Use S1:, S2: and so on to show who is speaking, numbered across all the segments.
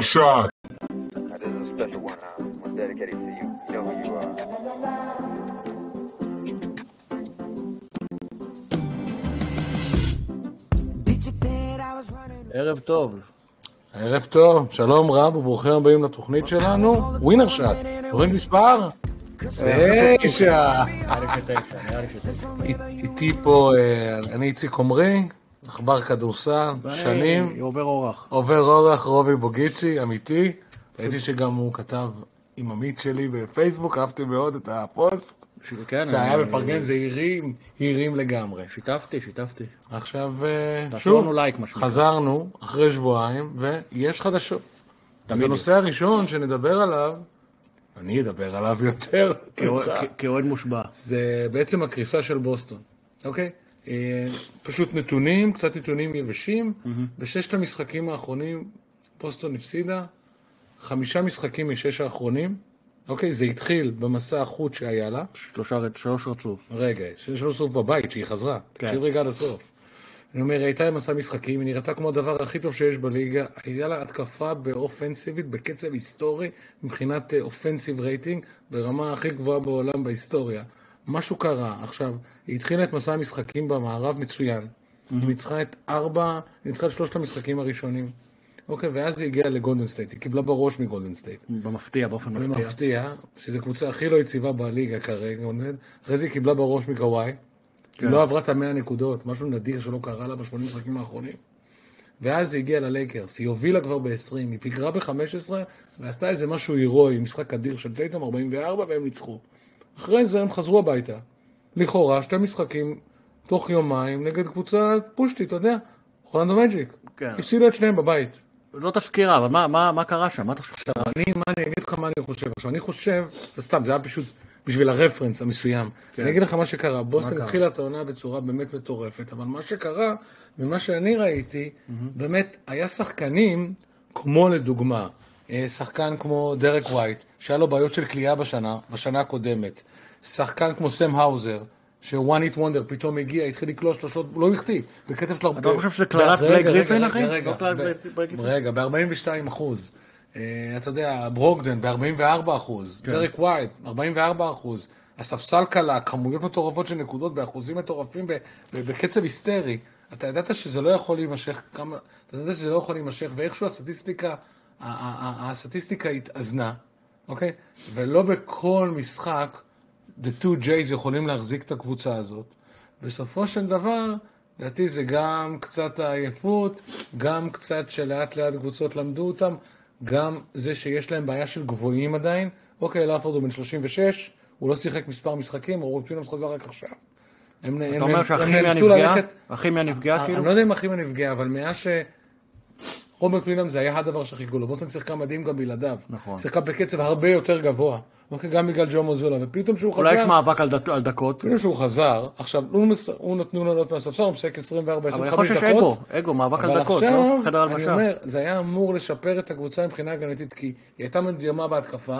S1: shot.
S2: Now, this is a special one. Uh, one's dedicated to you. You know who you are.
S3: ערב טוב.
S4: ערב טוב, שלום רב וברוכים הבאים לתוכנית שלנו, ווינר שעת, זוכרים מספר? תשע.
S3: נראה לי שתשע, נראה לי שתשע.
S4: איתי פה, אה, אני איציק עומרי, עכבר כדורסל, שנים,
S3: היי, עובר אורח.
S4: עובר אורח רובי בוגיצ'י, אמיתי, ראיתי שגם הוא כתב עם עמית שלי בפייסבוק, אהבתי מאוד את הפוסט,
S3: ש- כן,
S4: זה
S3: אני-
S4: היה מפרגן, זה הרים, הרים לגמרי.
S3: שיתפתי, שיתפתי.
S4: עכשיו, אה,
S3: תעשו
S4: שוב,
S3: לנו לייק מה שנקרא.
S4: חזרנו אחרי שבועיים, ויש חדשות. אז הנושא הראשון שנדבר עליו, אני אדבר עליו יותר,
S3: כאוהד-
S4: ממך.
S3: כ- כאוהד מושבע.
S4: זה בעצם הקריסה של בוסטון, אוקיי? אה, פשוט נתונים, קצת נתונים יבשים. בששת המשחקים האחרונים בוסטון הפסידה חמישה משחקים משש האחרונים, אוקיי? זה התחיל במסע החוץ שהיה לה.
S3: שלושה ר- שלוש רצוף.
S4: רגע, שיש לנו סוף בבית, שהיא חזרה.
S3: כן.
S4: תקשיב רגע עד הסוף. אני אומר, היא הייתה עם מסע משחקים, היא נראתה כמו הדבר הכי טוב שיש בליגה, הייתה לה התקפה באופנסיבית בקצב היסטורי, מבחינת אופנסיב רייטינג, ברמה הכי גבוהה בעולם בהיסטוריה. משהו קרה. עכשיו, היא התחילה את מסע המשחקים במערב מצוין. היא ניצחה את ארבע, היא ניצחה את שלושת המשחקים הראשונים. אוקיי, ואז היא הגיעה לגולדן סטייט, היא קיבלה בראש מגולדן סטייט.
S3: במפתיע, באופן מפתיע.
S4: במפתיע, שזו קבוצה הכי לא יציבה בליגה כרגע, אחרי זה היא קיבלה בראש מקוואי, כן. לא עברה את המאה נקודות, משהו נדיר שלא קרה לה בשמונים משחקים האחרונים. ואז היא הגיעה ללייקרס, היא הובילה כבר ב-20, היא פיגרה ב-15, ועשתה איזה משהו הירואי, משחק אדיר של טייטום, 44, והם ניצחו. אחרי זה הם חזרו הביתה. לכאורה, שתי משחקים תוך יומיים נגד קבוצה פושטית, אתה יודע, אורלנדו מג'יק.
S3: כן.
S4: הפסידו את שניהם בבית.
S3: לא תסקירה, אבל מה- מה- מה קרה שם? מה אתה חושב?
S4: אני, מה אני אגיד לך מה אני חושב עכשיו, אני חושב, זה סתם, זה היה פשוט בשביל הרפרנס המסוים.
S3: כן.
S4: אני אגיד לך מה שקרה, בוסטון התחילה את העונה בצורה באמת מטורפת, אבל מה שקרה, ממה שאני ראיתי, באמת, היה שחקנים, כמו לדוגמה, אה, שחקן כמו דרק ווייט, שהיה לו בעיות של כליאה בשנה, בשנה הקודמת, שחקן כמו סם האוזר, ש-one hit wonder פתאום הגיע, התחיל לקלוע שלושות, לא החטיא, בקצב של הרבה...
S3: לא חושב שזה קלעת
S4: רגע,
S3: בלייק
S4: רגע,
S3: גריפין,
S4: רגע,
S3: אחי?
S4: רגע,
S3: לא קלעת
S4: ב-
S3: בלייק גריפין?
S4: רגע, ב-42 אחוז. אה, אתה יודע, ברוקדן ב-44 אחוז, דרק ווייט, 44 אחוז, הספסל קלה, כמויות מטורפות של נקודות באחוזים מטורפים ב- ב- בקצב היסטרי. אתה ידעת שזה לא יכול להימשך כמה, אתה ידעת שזה לא יכול להימשך, ואיכשהו הסטטיסטיקה, ה- ה- ה- הסטטיסטיקה התאזנה, אוקיי? ולא בכל משחק, the two J's יכולים להחזיק את הקבוצה הזאת. בסופו של דבר, לדעתי זה גם קצת העייפות, גם קצת שלאט לאט קבוצות למדו אותם, גם זה שיש להם בעיה של גבוהים עדיין. אוקיי, לאפורד הוא בן 36, הוא לא שיחק מספר משחקים, רוב פינוס חזר רק עכשיו. הם, הם,
S3: אתה אומר
S4: הם-
S3: שהכימיה
S4: הם נאלצו
S3: נפגעה?
S4: ללכת-
S3: הכימיה נפגעה כאילו?
S4: אני לא יודע אם הכימיה נפגעה, אבל מאז ש... רוברט וויליאם זה היה הדבר שחיכו לו. בוסטון שיחקה מדהים גם בלעדיו.
S3: נכון.
S4: שיחקה בקצב הרבה יותר גבוה. אוקיי, גם בגלל ג'ו מוזולה, ופתאום שהוא חזר...
S3: אולי יש מאבק על דת- על דקות,
S4: אפילו שהוא חזר, עכשיו, הוא, מס... הוא נתנו לו לעלות מהספסל, הוא משחק 24, 25 דקות.
S3: אבל יכול להיות שיש אגו, אגו, מאבק על דקות, לא?
S4: אבל
S3: חדר
S4: עכשיו, אני
S3: הלבשה.
S4: אומר, זה היה אמור לשפר את הקבוצה מבחינה הגנתית, כי היא הייתה מדהימה בהתקפה,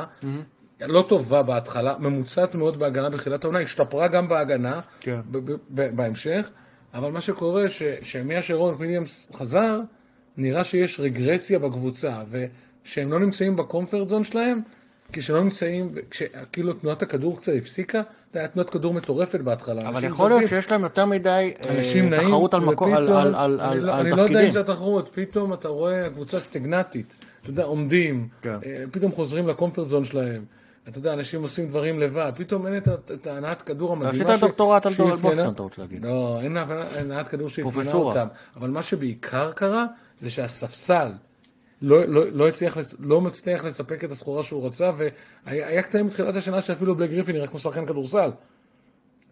S4: לא טובה בהתחלה, ממוצעת מאוד בהגנה בתחילת העונה, השתפרה גם בהגנה,
S3: כן.
S4: ב- ב- ב- בהמשך, אבל מה שקורה, ש- שמאז שרון וויליאמס חזר, נראה שיש רגרסיה בקבוצה, ושהם לא נמצאים בקומפרט זון שלהם, כשלא נמצאים, כש- כאילו תנועת הכדור קצת הפסיקה, זה היה תנועת כדור מטורפת בהתחלה.
S3: אבל
S4: אנשים
S3: יכול להיות
S4: זזים.
S3: שיש להם יותר מדי אה,
S4: אנשים נעים,
S3: תחרות על מקום- על-
S4: ופתאום-
S3: על- על-
S4: אני
S3: על
S4: לא-
S3: על
S4: אני לא יודע אם
S3: תפקידים.
S4: זה התחרות, פתאום אתה רואה קבוצה סטגנטית, אתה יודע, עומדים,
S3: כן.
S4: אה, פתאום חוזרים לקומפרט זון שלהם, אתה יודע, אנשים עושים דברים לבד, פתאום אין את ה- את ההנעת כדור המדהימה.
S3: עשית
S4: ש-
S3: דוקטורט על
S4: שאפיינה-
S3: בוסטון, אתה רוצה להגיד.
S4: לא, אין הבנה- הנעת כדור שאפיינה
S3: פרופסורה.
S4: אותם, אבל מה שבעיקר קרה, זה שהספסל לא, לא, לא, הצליח, לס- לא מצליח לספק את הסחורה שהוא רצה, והיה קטעים מתחילת השנה שאפילו בלי גריפין נראה כמו שחקן כדורסל,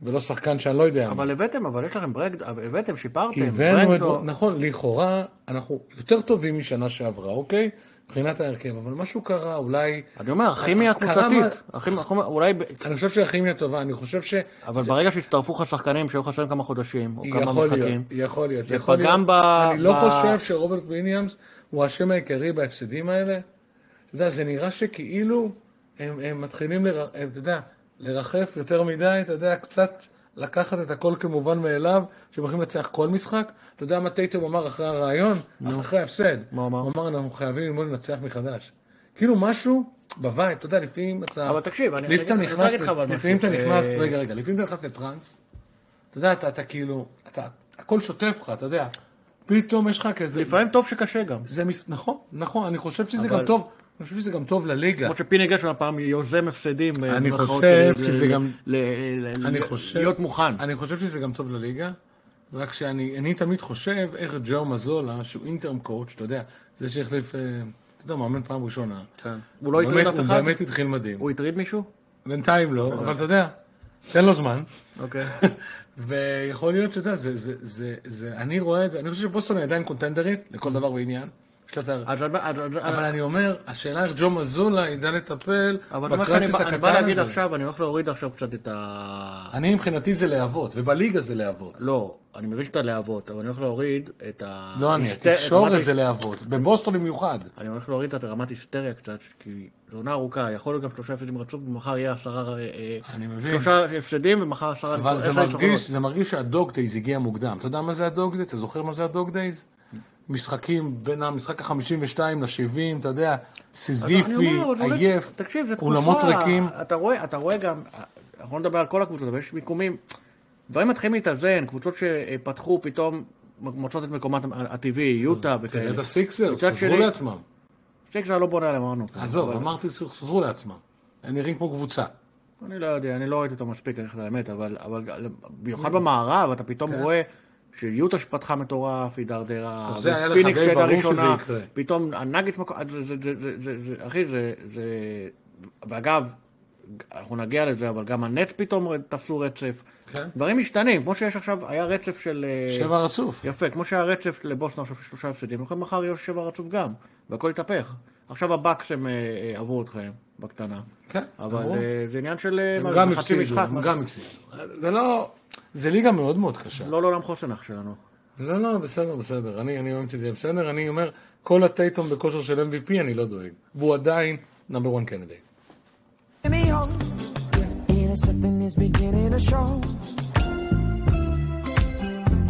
S4: ולא שחקן שאני לא יודע. מה.
S3: אבל הבאתם, אבל יש לכם ברנד, הבאתם, שיפרתם.
S4: הבאנו את...
S3: ברנד לא-
S4: נכון, לכאורה, אנחנו יותר טובים משנה שעברה, אוקיי? מבחינת ההרכב, אבל משהו קרה, אולי...
S3: אני אומר, הכימיה
S4: אה, קרה
S3: הקבוצתית, הכימיה- הכימיה- אולי, ב-
S4: אני חושב שהכימיה טובה, אני חושב ש...
S3: אבל ברגע שהצטרפו לך שחקנים שהיו חסרים כמה חודשים, או כמה
S4: יכול להיות,
S3: משחקים,
S4: יכול להיות.
S3: זה
S4: יכול
S3: פגם
S4: להיות.
S3: ב-
S4: אני לא
S3: ב-
S4: חושב שרוברט וויניאמס הוא האשם העיקרי בהפסדים האלה. אתה יודע, זה נראה שכאילו הם, הם מתחילים, לר... הם, אתה יודע, לרחף יותר מדי, אתה יודע, קצת לקחת את הכל כמובן מאליו, שהם הולכים לנצח כל משחק. אתה יודע מה טייטום אמר אחרי הרעיון? אחרי ההפסד.
S3: מה אמר?
S4: הוא אמר, אנחנו חייבים ללמוד לנצח מחדש. כאילו משהו בווייב, אתה יודע, לפעמים אתה...
S3: אבל תקשיב, אני-
S4: לפעמים אתה
S3: אני- אני
S4: נכנס
S3: אגיד לך אבל
S4: ל- לפעמים אתה
S3: משהו.
S4: נכנס,
S3: אה,
S4: רגע, רגע, לפעמים אתה נכנס לטראנס, אתה יודע, אתה אתה כאילו, אתה, הכל שוטף לך, אתה יודע. פתאום יש לך כזה...
S3: לפעמים טוב שקשה גם.
S4: זה מס... נכון, נכון, אני חושב שזה
S3: אבל-
S4: גם טוב, אני חושב שזה גם טוב לליגה.
S3: למרות שפיני גרשון הפעם יוזם הפסדים. אה,
S4: אני
S3: במרכאות,
S4: חושב
S3: אה,
S4: שזה
S3: ל-
S4: גם-
S3: ל- ל-
S4: אני
S3: ל-
S4: חושב...
S3: להיות מוכן.
S4: אני חושב שזה גם טוב לליגה, רק שאני אני תמיד חושב איך ג'ו מזולה, שהוא אינטרם קואוץ', אתה יודע, זה שהחליף, אה, אתה יודע, מאמן פעם ראשונה.
S3: הוא לא הטריד
S4: באמת-
S3: אף
S4: הוא
S3: אחד?
S4: באמת התחיל מדהים.
S3: הוא כן. הטריד מישהו?
S4: בינתיים לא, אבל אתה יודע, תן לו זמן.
S3: אוקיי.
S4: ויכול להיות שאתה יודע, זה, זה, זה, זה, אני רואה את זה, אני חושב שבוסטון היא עדיין קונטנדרית לכל דבר בעניין. יש לה את ה-
S3: אז- אז- אז-
S4: אבל אני אומר, השאלה איך ג'ו מזולה ידע לטפל
S3: אבל זה מה שאני
S4: בקרסיס
S3: בא- אני בא
S4: הקטן
S3: להגיד
S4: הזה.
S3: עכשיו, אני הולך להוריד עכשיו קצת את ה...
S4: אני מבחינתי זה להבות, ובליגה זה להבות.
S3: לא, אני מבין שאתה להבות, אבל אני הולך להוריד את ה...
S4: לא אני,
S3: היסטר- את רמת
S4: התקשורת זה
S3: ההיס-
S4: להבות, בבוסטון במיוחד.
S3: אני הולך להוריד את רמת היסטריה קצת, כי זו עונה ארוכה, יכול להיות גם שלושה הפסדים רצוף, ומחר יהיה עשרה... אה, אה,
S4: אני מבין.
S3: שלושה הפסדים, ומחר עשרה...
S4: אבל
S3: ניצחונות.
S4: זה
S3: עשרה ניצחונות.
S4: מרגיש, זה מרגיש שהדוג דייז הגיע מוקדם. אתה יודע מה זה הדוג דייז? אתה זוכר מה זה הדוג דייז? משחקים בין המשחק ה-52 ל-70, אתה יודע,
S3: אני
S4: סיזיפי,
S3: אומר, אבל זה עולה-
S4: עייף,
S3: תקשיב, זה תקופה...
S4: אולמות ריקים.
S3: אתה רואה, אתה רואה גם, אנחנו לא נדבר על כל הקבוצות, אבל יש מיקומים, דברים מתחילים להתאזן, קבוצות שפתחו פתאום מוצאות את מקומת הטבעי, יוטה
S4: תראה
S3: וכאלה.
S4: את הסיקסרס,
S3: אה, מצד
S4: חזרו
S3: שני-
S4: לעצמם.
S3: סיקסר לא בונה עליהם, אמרנו.
S4: עזוב,
S3: אבל-
S4: אמרתי חזרו לעצמם. הם נראים כמו קבוצה.
S3: אני לא יודע, אני לא ראיתי אותו מספיק, אני חושב האמת, אבל, אבל במיוחד במערב, אתה פתאום
S4: כן.
S3: רואה שיוטה שפתחה מטורף, היא דרדרה,
S4: זה היה לך
S3: ופיניקס
S4: די
S3: שהייתה
S4: ברור
S3: ראשונה,
S4: שזה יקרה.
S3: פתאום הנגד שמקום, זה, זה, זה, זה, זה, זה, אחי, זה, זה, ואגב, אנחנו נגיע לזה, אבל גם הנץ פתאום תפסו רצף.
S4: כן.
S3: דברים משתנים, כמו שיש עכשיו, היה רצף של... אה,
S4: שבע רצוף.
S3: יפה, כמו שהיה רצף לבוסטון עכשיו של שלושה הפסדים, לכן מחר יהיו שבע רצוף גם, והכל התהפך. עכשיו הבקס הם אה, אה, עברו אתכם, בקטנה.
S4: כן,
S3: אבל
S4: אמרו.
S3: אה, זה עניין של אה,
S4: הם
S3: מה,
S4: גם
S3: חצי
S4: הפסידו,
S3: משחק,
S4: הם
S3: מה-
S4: גם הפסידו. זה לא... זה ליגה מאוד מאוד קשה.
S3: לא לעולם חוסן אח שלנו.
S4: לא, לא, בסדר, בסדר. אני, אני מאמין שזה יהיה בסדר. אני אומר, כל הטייטום בכושר של MVP, אני לא דואג. והוא עדיין נאמבר 1 קנדידייט.
S1: me home. Innocent is beginning to show.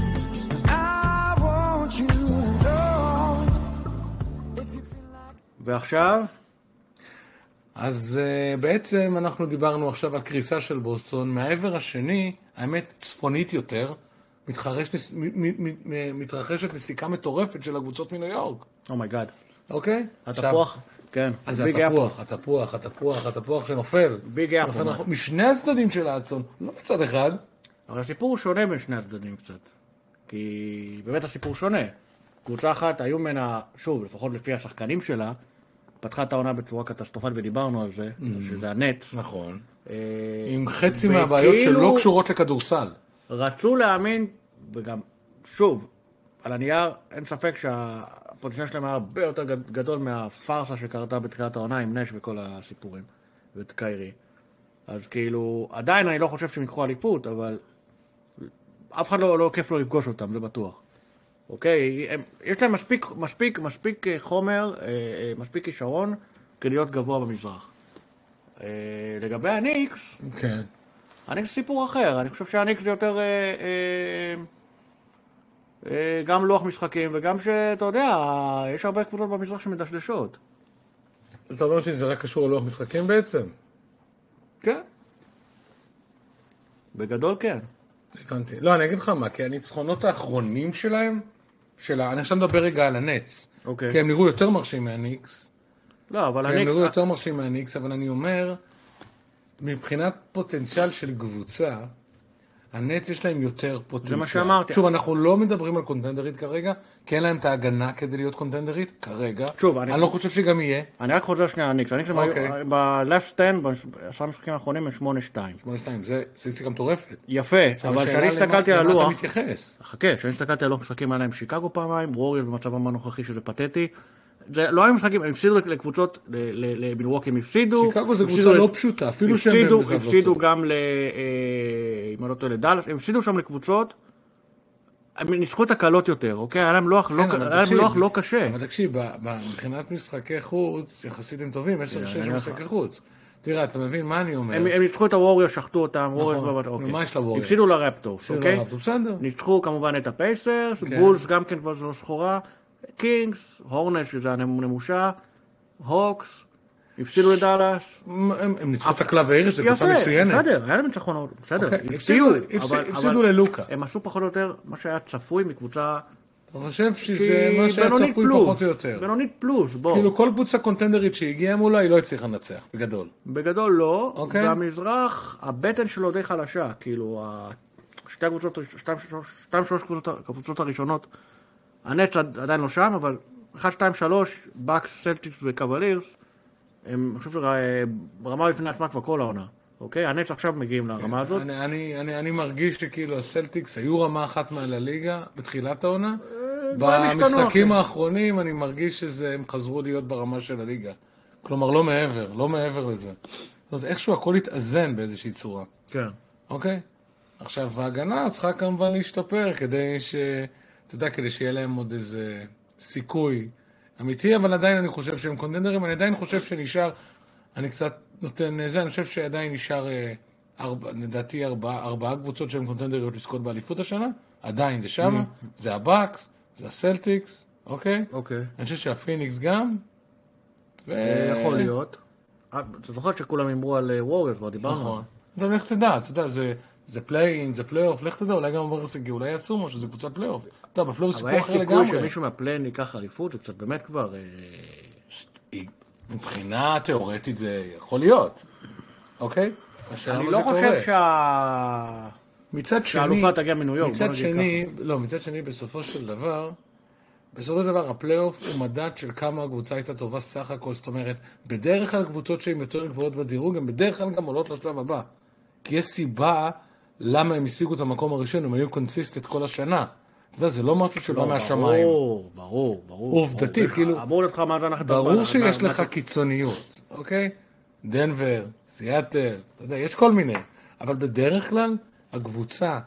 S1: I want you to know if you feel like.
S3: ועכשיו,
S4: אז uh, בעצם אנחנו דיברנו עכשיו על קריסה של בוסטון. מהעבר השני, האמת, צפונית יותר, מתחרש, נס- מ, מ, מ, מ, מתרחשת נסיקה מטורפת של הקבוצות מניו יורק,
S3: אומייגאד,
S4: אוקיי?
S3: oh התפוח, כן,
S4: אז זה
S3: ביג היה פה.
S4: התפוח, התפוח, התפוח, התפוח שנופל.
S3: ביג אפל.
S4: שנופל נכון, משני הצדדים של האצון, לא מצד אחד.
S3: אבל הסיפור הוא שונה בין שני הצדדים קצת. כי באמת הסיפור שונה. קבוצה אחת, היו ממנה, שוב, לפחות לפי השחקנים שלה, פתחה את העונה בצורה קטסטרופלית ודיברנו על זה, שזה הנץ.
S4: Mm-hmm. נכון.
S3: אה,
S4: עם חצי
S3: וכאילו-
S4: מהבעיות שלא קשורות לכדורסל.
S3: רצו להאמין, וגם, שוב, על הנייר אין ספק שהפוטנציאל שלהם היה הרבה יותר גד- גדול מהפארסה שקרתה בתחילת העונה עם נש וכל הסיפורים, ואת קיירי. אז כאילו, עדיין אני לא חושב שהם ייקחו אליפות, אבל אף אחד לא, לא כיף לו לפגוש אותם, זה בטוח. אוקיי? הם, יש להם מספיק, מספיק, מספיק אה, חומר, אה, אה, מספיק כישרון, כדי להיות גבוה במזרח. אה, לגבי הניקס,
S4: כן.
S3: הניקס סיפור אחר, אני חושב שהניקס זה יותר אה, אה, אה, גם לוח משחקים וגם שאתה יודע, יש הרבה קבוצות במזרח שמדשדשות.
S4: אתה אומר שזה רק קשור ללוח משחקים בעצם?
S3: כן. בגדול כן.
S4: הבנתי. לא, אני אגיד לך מה, כי הניצחונות האחרונים שלהם, של ה... אני עכשיו מדבר רגע על הנץ.
S3: אוקיי.
S4: כי הם נראו יותר מרשים מהניקס.
S3: לא, אבל
S4: הם נראו
S3: הניקס...
S4: כן, יותר מרשים מהניקס, אבל אני אומר, מבחינת פוטנציאל של קבוצה, הנץ יש להם יותר פוטנציאל.
S3: מה שאמרתי.
S4: שוב, אנחנו לא מדברים על קונטנדרית כרגע, כי אין להם את ההגנה כדי להיות קונטנדרית, כרגע.
S3: שוב, אני-
S4: אני לא חושב שגם יהיה.
S3: אני רק חוזר שנייה לניקס, הניקס
S4: אוקיי.
S3: ב-left stand, בעשרה המשחקים האחרונים הם 8-2.
S4: 82, זה סטטיסטיקה מטורפת.
S3: יפה, אבל
S4: השאלה
S3: כשאני
S4: למה-
S3: הסתכלתי על
S4: למה
S3: הלוח...
S4: אתה מתייחס?
S3: חכה, כשאני הסתכלתי על לוח משחקים היה להם שיקגו פעמיים, ווריורס במצבם הנוכחי שזה פתטי. זה לא היו משחקים, הם הפסידו לקבוצות, ל- ל- למילווקי הם הפסידו.
S4: שיקגו זה
S3: הפסידו
S4: קבוצה
S3: ל-
S4: לא פשוטה, אפילו שהם
S3: הפסידו,
S4: במצב לא
S3: הפסידו
S4: טוב.
S3: גם ל... אה, אם אני לא טועה לדאלאס, הם הפסידו שם לקבוצות, הם ניצחו את הקלות יותר, אוקיי? היה להם לוח לא,
S4: כן, אבל
S3: היה להם
S4: תקשיב,
S3: לוח לא קשה.
S4: אבל תקשיב, ב- ב- מבחינת משחקי חוץ, יחסית הם טובים, 10-6
S3: אני אומר לך.
S4: משחקי חוץ. תראה, אתה מבין מה אני אומר?
S3: הם הם ניצחו את הווריור, שחטו אותם, ווריורס
S4: נכון.
S3: בבת, אוקיי.
S4: ומה יש לווריורס?
S3: הפסידו לרפטורס,
S4: בסדר,
S3: אוקיי?
S4: אבל בסדר.
S3: ניצחו כמובן את הפייסרס,
S4: כן.
S3: בולס גם כן כבר לא שחורה, קינגס, הורנס שזה הנמושה, הוקס, הפסידו את דאלאס.
S4: הם- הם הם ניצחו את הקלב העיר, שזו קבוצה מצוינת.
S3: בסדר, היה להם ניצחון, בסדר,
S4: אוקיי,
S3: הפסידו,
S4: הפסידו-
S3: אבל-
S4: הפסיד-
S3: אבל
S4: הפסידו ללוקה.
S3: הם עשו פחות או יותר מה שהיה צפוי מקבוצה
S4: אתה חושב שזה
S3: שהיא
S4: מה שהיה
S3: בינונית
S4: צפוי
S3: פלוס,
S4: פחות או יותר.
S3: בינונית פלוס, בוא,
S4: כאילו כל קבוצה קונטנדרית שהגיעה מולה, היא לא הצליחה לנצח, בגדול.
S3: בגדול לא,
S4: אוקיי.
S3: והמזרח, הבטן שלו די חלשה, כאילו, ה- שתי הקבוצות, שתיים, שלוש- שתיים, שלוש קבוצות- הקבוצות הראשונות, הנץ עד- עדיין לא שם, אבל 1, 2, 3, בקס, סלטיקס וקוולירס, הם, אני חושב שרמה בפני עצמה כבר כל העונה, אוקיי? הנץ עכשיו מגיעים לרמה הזאת,
S4: אני- אני- אני אני מרגיש שכאילו הסלטיקס היו רמה אחת מעל הליגה בתחילת העונה.
S3: דברים אה, השתנו,
S4: במשחקים
S3: אחי.
S4: האחרונים אני מרגיש שהם חזרו להיות ברמה של הליגה. כלומר, לא מעבר, לא מעבר לזה. זאת אומרת, איכשהו הכל התאזן באיזושהי צורה,
S3: כן.
S4: אוקיי? עכשיו, ההגנה צריכה כמובן להשתפר כדי ש... אתה יודע, כדי שיהיה להם עוד איזה סיכוי אמיתי, אבל עדיין אני חושב שהם קונטנדרים, אני עדיין חושב שנשאר, אני קצת נותן אה, זה, אני חושב שעדיין נשאר, אה, ארבע, לדעתי, ארבע, ארבעה קבוצות שהן קונטנדריות לזכות באליפות השנה, עדיין זה שמה, זה הבאקס, זה הסלטיקס, אוקיי?
S3: Mm-hmm. אוקיי. אה,
S4: אני חושב שהפיניקס גם, ו...
S3: יכול להיות. אה, אתה זוכר שכולם אמרו על ווריוס, כבר דיברנו.
S4: נכון. אתה לך תדע, אתה יודע, זה... זה פליין, זה פלייאוף, לך תדע, אולי גם הברס הגיעו, אולי יעשו משהו, זה קבוצת פלייאוף. אתה יודע, בפלייאוף
S3: אבל
S4: סיפור
S3: יש
S4: אחר
S3: סיכוי
S4: לגמרי.
S3: שמישהו מהפליין ייקח אליפות, זה קצת באמת כבר... אה,
S4: מבחינה תיאורטית זה יכול להיות, אוקיי? השאלה
S3: אני
S4: מה
S3: לא
S4: זה
S3: חושב
S4: קורה.
S3: שה...
S4: מצד שני,
S3: שהאלופה תגיע מניו יורק, בוא
S4: מצד
S3: נגיד
S4: שני, לא, מצד שני, בסופו של דבר, בסופו של דבר הפלייאוף הוא מדד של כמה הקבוצה הייתה טובה סך הכל, זאת אומרת, בדרך כלל קבוצות שהן יותר גבוהות בדירוג, הן בדרך כלל גם עולות לשלב הבא. כי יש סיבה למה הם השיגו את המקום הראשון, הם היו קונסיסטנט כל השנה. אתה יודע, זה לא משהו שבא מהשמיים.
S3: ברור, ברור, ברור.
S4: עובדתי,
S3: ברור.
S4: כאילו-
S3: אמור להיות לך מה זה הנחת...
S4: ברור
S3: הבאה,
S4: שיש
S3: מה-
S4: לך
S3: מה-
S4: קיצוניות, אוקיי? דנבר, סיאטל, אתה יודע, יש כל מיני. אבל בדרך כלל, הקבוצה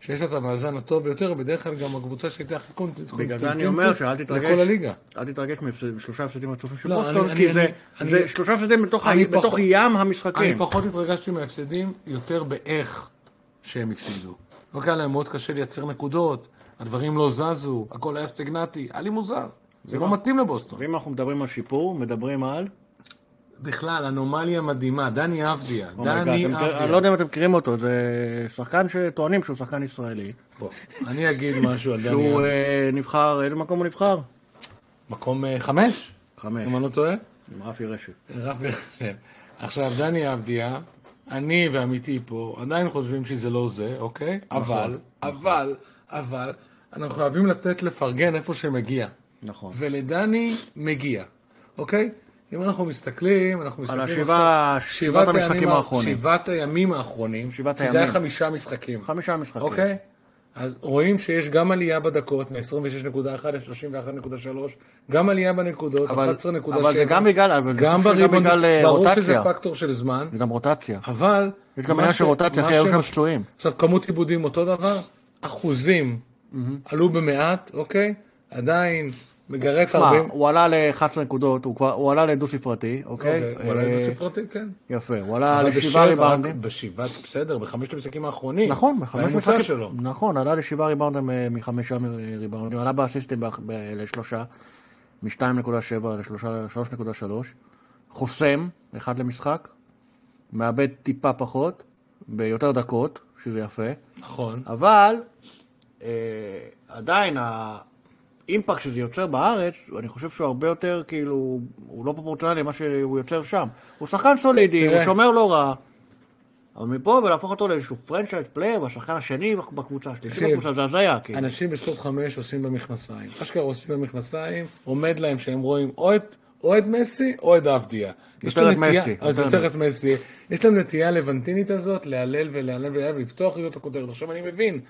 S4: שיש לה את המאזן הטוב ביותר, בדרך כלל גם הקבוצה שהייתה הכי
S3: בגלל זה אני אומר שאל
S4: קונסטנטינציה
S3: תתרגש.
S4: לכל הליגה.
S3: אל תתרגש מהפסד- משלושה הפסדים הרצופים של
S4: לא,
S3: בוסטון,
S4: אני-
S3: כי
S4: אני-
S3: זה-
S4: אני-
S3: זה
S4: אני-
S3: שלושה הפסדים בתוך ה-
S4: אני
S3: בתוך
S4: פחות-
S3: ים
S4: אני
S3: המשחקים.
S4: פחות התרגשתי מההפסדים, יותר באיך שהם הפסידו. אוקיי, היה להם מאוד קשה לייצר נקודות, הדברים לא זזו, הכל היה סטגנטי, היה לי מוזר. זה
S3: נכון.
S4: לא מתאים לבוסטון.
S3: ואם אנחנו מדברים על שיפור, מדברים על...
S4: בכלל, אנומליה מדהימה, דני אבדיה,
S3: אומייגאד,
S4: דני
S3: אתם-
S4: אבדיה.
S3: אני לא יודע אם אתם מכירים אותו, זה שחקן שטוענים שהוא שחקן ישראלי.
S4: בוא, אני אגיד משהו על דני אבדיה.
S3: שהוא אה, נבחר, איזה מקום הוא נבחר?
S4: מקום אה, חמש,
S3: חמש,
S4: אם אני לא טועה.
S3: עם רפי רשת.
S4: רפי חושב. עכשיו, דני אבדיה, אני ועמיתי פה עדיין חושבים שזה לא זה, אוקיי?
S3: נכון,
S4: אבל, אבל, אבל, אנחנו חייבים לתת לפרגן איפה שמגיע.
S3: נכון.
S4: ולדני מגיע, אוקיי? אם אנחנו מסתכלים, אנחנו מסתכלים...
S3: השבעה-
S4: עכשיו-
S3: שבעת
S4: הימים
S3: המשחקים
S4: ה-
S3: האחרונים.
S4: שבעת הימים האחרונים.
S3: שבעת
S4: כי זה היה
S3: הימים.
S4: חמישה משחקים.
S3: חמישה משחקים.
S4: אוקיי? אז רואים שיש גם עלייה בדקות, מ-26.1 ל-31.3, גם עלייה בנקודות, 11.7.
S3: אבל- אבל זה גם בגלל- אבל זה
S4: גם
S3: בסוף גם
S4: בריבון,
S3: בגלל, אה,
S4: ברור
S3: רוטציה.
S4: שזה פקטור של זמן,
S3: וגם רוטציה.
S4: אבל...
S3: יש גם
S4: מה
S3: עניין
S4: ש-
S3: של רוטציה,
S4: מה
S3: אחי, היו
S4: ש-
S3: שם פצועים.
S4: עכשיו, כמות עיבודים אותו דבר, אחוזים עלו במעט, אוקיי? עדיין מגרד
S3: מה,
S4: 40...
S3: הוא עלה ל-11 נקודות, הוא כבר- הוא עלה לדו-ספרתי, אוקיי?
S4: אוקיי, אולי
S3: אה,
S4: זה ספרתי, כן.
S3: יפה, הוא עלה
S4: אבל
S3: לשבעה
S4: בשבע, רק
S3: ריבאונדים.
S4: בשבעת, בסדר, בחמשת המשחקים האחרונים.
S3: נכון, בחמש
S4: והממוצע
S3: משחקים.
S4: שלו.
S3: נכון, עלה לשבעה ריבאונדים אה, מחמישה מ- ריבאונדים, עלה באסיסטים באח- ב- לשלושה, מ-2.7 ל-3.3. חוסם, אחד למשחק, מאבד טיפה פחות, ביותר דקות, שזה יפה.
S4: נכון.
S3: אבל אה, עדיין האימפקט שזה יוצר בארץ, אני חושב שהוא הרבה יותר, כאילו, הוא לא פרופורציונלי למה שהוא יוצר שם. הוא שחקן סולידי,
S4: תראה.
S3: הוא שומר לא רע. אבל מפה ולהפוך אותו לאיזשהו פרנצ'ייז פלייר, השחקן השני בקבוצה, השלישי
S4: תקשיב,
S3: בקבוצה, זה הזיה, כאילו.
S4: אנשים בספורט חמש עושים במכנסיים. אשכרה עושים במכנסיים, עומד להם שהם רואים או את, או את מסי או את אבדיה. יש להם
S3: את
S4: נטייה-
S3: מסי,
S4: אה,
S3: יותר
S4: יותר את מסי. יש להם נטייה לבנטינית הזאת, להלל ולהלל ולהלל ולפתוח את הכותרת. עכשיו אני מבין.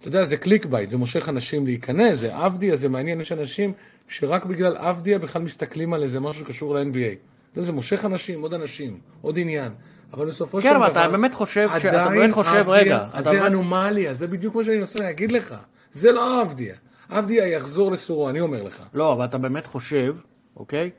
S4: אתה יודע, זה קליק בייט, זה מושך אנשים להיכנס, זה אבדיה, זה מעניין, יש אנשים שרק בגלל אבדיה בכלל מסתכלים על איזה משהו שקשור ל-NBA. אתה יודע, זה מושך אנשים, עוד אנשים, עוד עניין. אבל בסופו
S3: כן,
S4: של דבר...
S3: אבל אתה באמת חושב ש- אתה
S4: עדיין
S3: באמת חושב,
S4: אבדיה-
S3: רגע, אתה
S4: זה
S3: באמת-
S4: אנומליה, זה בדיוק מה שאני מנסה להגיד לך. זה לא עבדיה. עבדיה יחזור לסורו, אני אומר לך.
S3: לא, אבל אתה באמת חושב, אוקיי?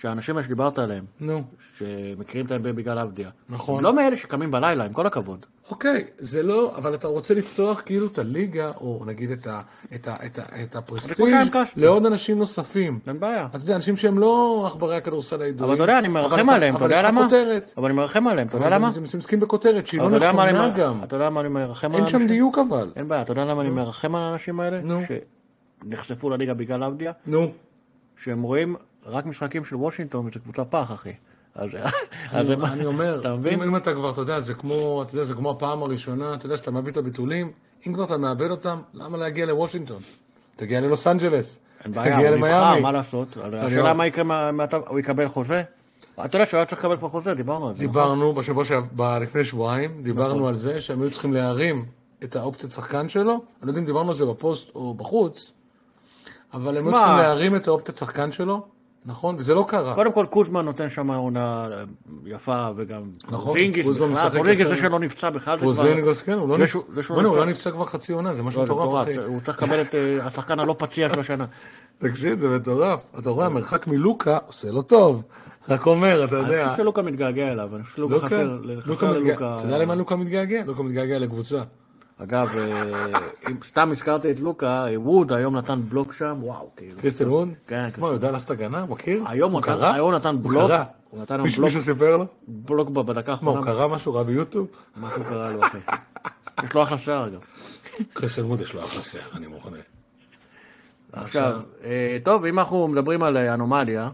S3: שהאנשים האלה שדיברת עליהם,
S4: נו.
S3: שמכירים את ה-NBA בגלל אבדיה,
S4: נכון.
S3: הם לא מאלה שקמים בלילה, עם כל הכבוד.
S4: אוקיי, זה לא, אבל אתה רוצה לפתוח כאילו את הליגה, או נגיד את, ה, את, ה, את, ה, את הפרסטיג'
S3: חיים כספי.
S4: לעוד אנשים נוספים.
S3: אין בעיה.
S4: אתה יודע, אנשים שהם לא עכברי הכדורסל הידועים.
S3: אבל אתה יודע, אני מרחם עליהם, אתה יודע למה?
S4: אבל יש לך כותרת.
S3: אבל אני מרחם עליהם, אתה יודע
S4: אבל
S3: למה?
S4: הם- הם מתעסקים בכותרת שהיא לא
S3: אבל כאילו, אתה יודע מה אני
S4: נכונה
S3: מר-
S4: גם.
S3: אתה יודע מה אני מרחם על
S4: אין
S3: האנשים?
S4: שם דיוק אבל.
S3: אין בעיה, אתה יודע למה אני מרחם על האנשים האלה?
S4: נו.
S3: שנחשפו לליגה בגלל אבדיה?
S4: נו.
S3: שהם רואים רק משחקים של וושינגטון וזו קבוצה פח, אחי. אז אז זה מה-
S4: כאילו, אני אומר,
S3: אתה מבין?
S4: אם אם אתה כבר, אתה יודע, זה כמו, אתה יודע, זה כמו הפעם הראשונה, אתה יודע שאתה מאבד את הביטולים, אם כבר אתה מאבד אותם, למה להגיע לוושינגטון? תגיע ללוס אנג'לס.
S3: אין בעיה,
S4: תגיע
S3: הוא נבחר,
S4: למיאמי.
S3: מה לעשות? השאלה מה יקרה, מה- מה אתה- הוא יקבל חוזה? אתה יודע שהוא היה צריך לקבל כבר חוזה, דיברנו על זה. נכון?
S4: דיברנו בשבוע שעבר, לפני שבועיים, דיברנו על זה שהם היו צריכים להרים את האופציית שחקן שלו, אני לא יודע אם דיברנו על זה בפוסט או בחוץ, אבל הם היו
S3: שמע.
S4: צריכים להרים את האופציית שחקן שלו, נכון? וזה לא קרה.
S3: קודם כל קוזמן נותן שם עונה אה, יפה וגם
S4: נכון,
S3: פורזינגיס
S4: קוזמן
S3: בכלל,
S4: משחק
S3: פורזינגיס
S4: יפה.
S3: זה שלא נפצע בכלל, זה כבר-
S4: פרוזינגוס, כן, הוא לא
S3: זה
S4: נפצע,
S3: שהוא- זה שהוא
S4: בוא'נה, הוא
S3: נפצע-
S4: לא נפצע כבר חצי עונה, זה משהו
S3: לא, זה
S4: מטורף,
S3: מטורף,
S4: אחי.
S3: זה- הוא צריך לקבל את אה, השחקן הלא פציע של השנה.
S4: תקשיב, זה מטורף. אתה רואה, המרחק מלוקה עושה לו טוב. רק אומר, אתה
S3: אני
S4: יודע.
S3: חושב שלוקה מתגעגע אליו, אני חושב שלוקה
S4: לוקה,
S3: חסר
S4: לוקה
S3: חסר
S4: מתגעגע.
S3: ללוקה.
S4: אתה יודע למה לוקה מתגעגע? לוקה מתגעגע לקבוצה.
S3: אגב, אה, אם סתם הזכרתי את לוקה, אה, ווד היום נתן בלוק שם, וואו, כאילו.
S4: קריסטל וון?
S3: כן,
S4: כמו, יודע לעשות הגנה? הוא מכיר?
S3: היום
S4: הוא
S3: הוא נתן-
S4: קרא?
S3: היום הוא נתן
S4: הוא
S3: בלוק.
S4: קרא.
S3: הוא נתן לו
S4: מישהו-
S3: בלוק.
S4: מישהו סיפר לו?
S3: בלוק ב- בדקה
S4: מה, הוא
S3: האחרונה,
S4: קרא משהו רע ביוטיוב?
S3: משהו קרה לו, אחי. יש לו אחלה שיער, אגב.
S4: קריסטל וון יש לו אחלה שיער, אני מוכן.
S3: עכשיו, אה, טוב, אם אנחנו מדברים על אה, אנומליה,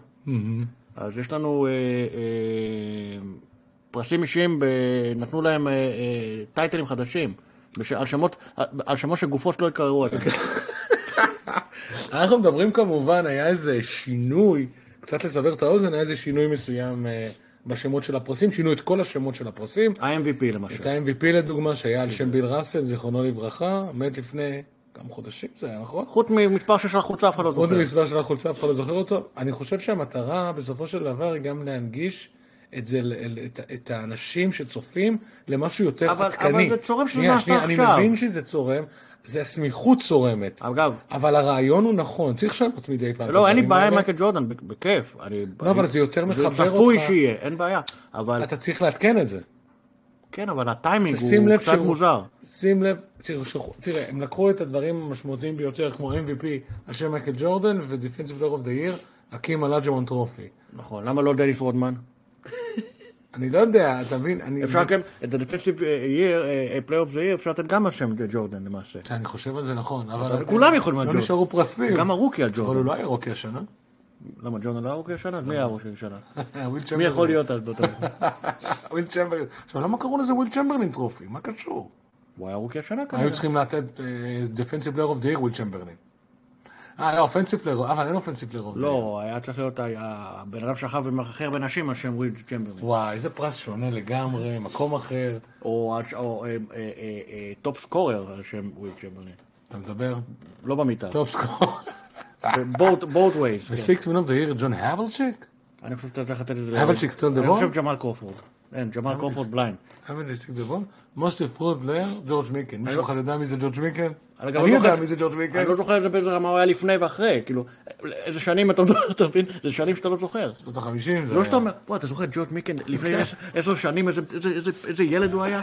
S3: אז יש לנו אה, אה, פרסים אישיים, ב- נתנו להם אה, אה, טייטלים חדשים, בש- על שמות- על שמות שגופות לא יקראו אותם.
S4: אנחנו מדברים כמובן, היה איזה שינוי, קצת לסבר את האוזן, היה איזה שינוי מסוים אה, בשמות של הפרסים, שינו את כל השמות של הפרסים.
S3: ה-MVP למשל.
S4: את ה-MVP לדוגמה, שהיה על שם ביל ראסל, זיכרונו לברכה, מת לפני כמה חודשים זה היה, נכון?
S3: חוץ ממספר שש החוצה אף אחד לא
S4: עוד
S3: זוכר.
S4: מספר של החולצה, אף אחד לא זוכר אותו. אני חושב שהמטרה בסופו של דבר היא גם להנגיש את זה, ל- ל- את- את האנשים שצופים למשהו יותר
S3: אבל-
S4: עדכני.
S3: אבל זה צורם שזה
S4: שנייה,
S3: נעשה
S4: שנייה,
S3: עכשיו.
S4: אני מבין שזה צורם, זה הסמיכות צורמת.
S3: אגב,
S4: אבל הרעיון הוא נכון, צריך לשנות מדי פעם. את
S3: לא, אין לי
S4: הדברים
S3: בעיה עם
S4: האלה.
S3: מייקל ג'ורדן, ב- בכיף. אני-
S4: לא, אבל זה יותר מחבר
S3: זה צפוי
S4: אותך.
S3: שיהיה, אין בעיה. אבל,
S4: אתה צריך לעדכן את זה.
S3: כן, אבל הטיימינג
S4: תשים
S3: הוא
S4: לב
S3: קצת מוזר.
S4: שים לב, תראה, שכחו- תראה, הם לקחו את הדברים המשמעותיים ביותר, כמו MVP על שם מייקל ג'ורדן ודיפנסיב דור אוף דה ייר, הקים על אג'מון טרופי.
S3: נכון, למה לא דניס רודמן?
S4: אני לא יודע, אתה מבין, אני...
S3: אפשר כן- גם, את אה, הדפנסיב ייר, פלייאוף זה ייר, אפשר לתת גם על שם ג'ורדן למעשה.
S4: אני חושב על זה נכון, אבל... אתה-
S3: כולם יכולים על
S4: לא
S3: ג'ורדן.
S4: נשארו פרסים.
S3: גם הרוקי על
S4: אבל הוא
S3: ג'ורדן. אה,
S4: לא היה רוקי השנה.
S3: למה, ג'ורדן לא הרוקי השנה? אז מי היה הרוקי השנה?
S4: וויל צ'מברלין.
S3: מי יכול להיות אז באותו...
S4: וויל צ'מברלין. עכשיו, למה קראו לזה וויל צ'מברלין טרופי? מה קשור?
S3: הוא היה הרוקי השנה כנראה.
S4: היו צריכים לתת אה, דפנסיב פלייר אוף דה ייר וויל צ'מברלין. אה, לא, אופנסיב פלייר, אבל אין אופנסיב פלייר אוף דה ייר.
S3: לא, היה צריך להיות ה- הבן אדם שכב עם הכי הרבה נשים על שם וויד צ'מברלין.
S4: וואי, איזה פרס שונה לגמרי, מקום אחר.
S3: או הש- או, אה, אה, אה, אה, טופ סקורר על שם וויד צ'מברלין.
S4: אתה מדבר?
S3: לא במיטה.
S4: טופ סקור.
S3: בוט ווייז.
S4: וסיקס מן אוף דה ייר, ג'ון האבלצ'יק?
S3: כן. אני חושב שאתה צריך לתת את זה.
S4: אבל שיקסטון דה
S3: אני
S4: בול?
S3: חושב ג'מאל קורפורד. אין, ג'מאל קורפורד בליינד.
S4: האבלצ'יק דבון? מוסטי פרוד פלייר, ג'ורג' מיקל. מישהו בכלל יודע מי זה ג'ורג' מיקל?
S3: לא- אני גם
S4: אני
S3: לא
S4: יודע
S3: זוכר-
S4: מי זה ג'ורג' מיקל.
S3: אני לא זוכר איזה באיזה רמה הוא היה לפני ואחרי, כאילו, איזה שנים אתה מדבר, אתה מבין? זה שנים שאתה לא זוכר.
S4: שנות החמישים.
S3: זה לא שאתה אומר, וואי, אתה זוכר את ג'ורג' מיקן לפני עש- עשר שנים, איזה- איזה- איזה- איזה ילד הוא היה?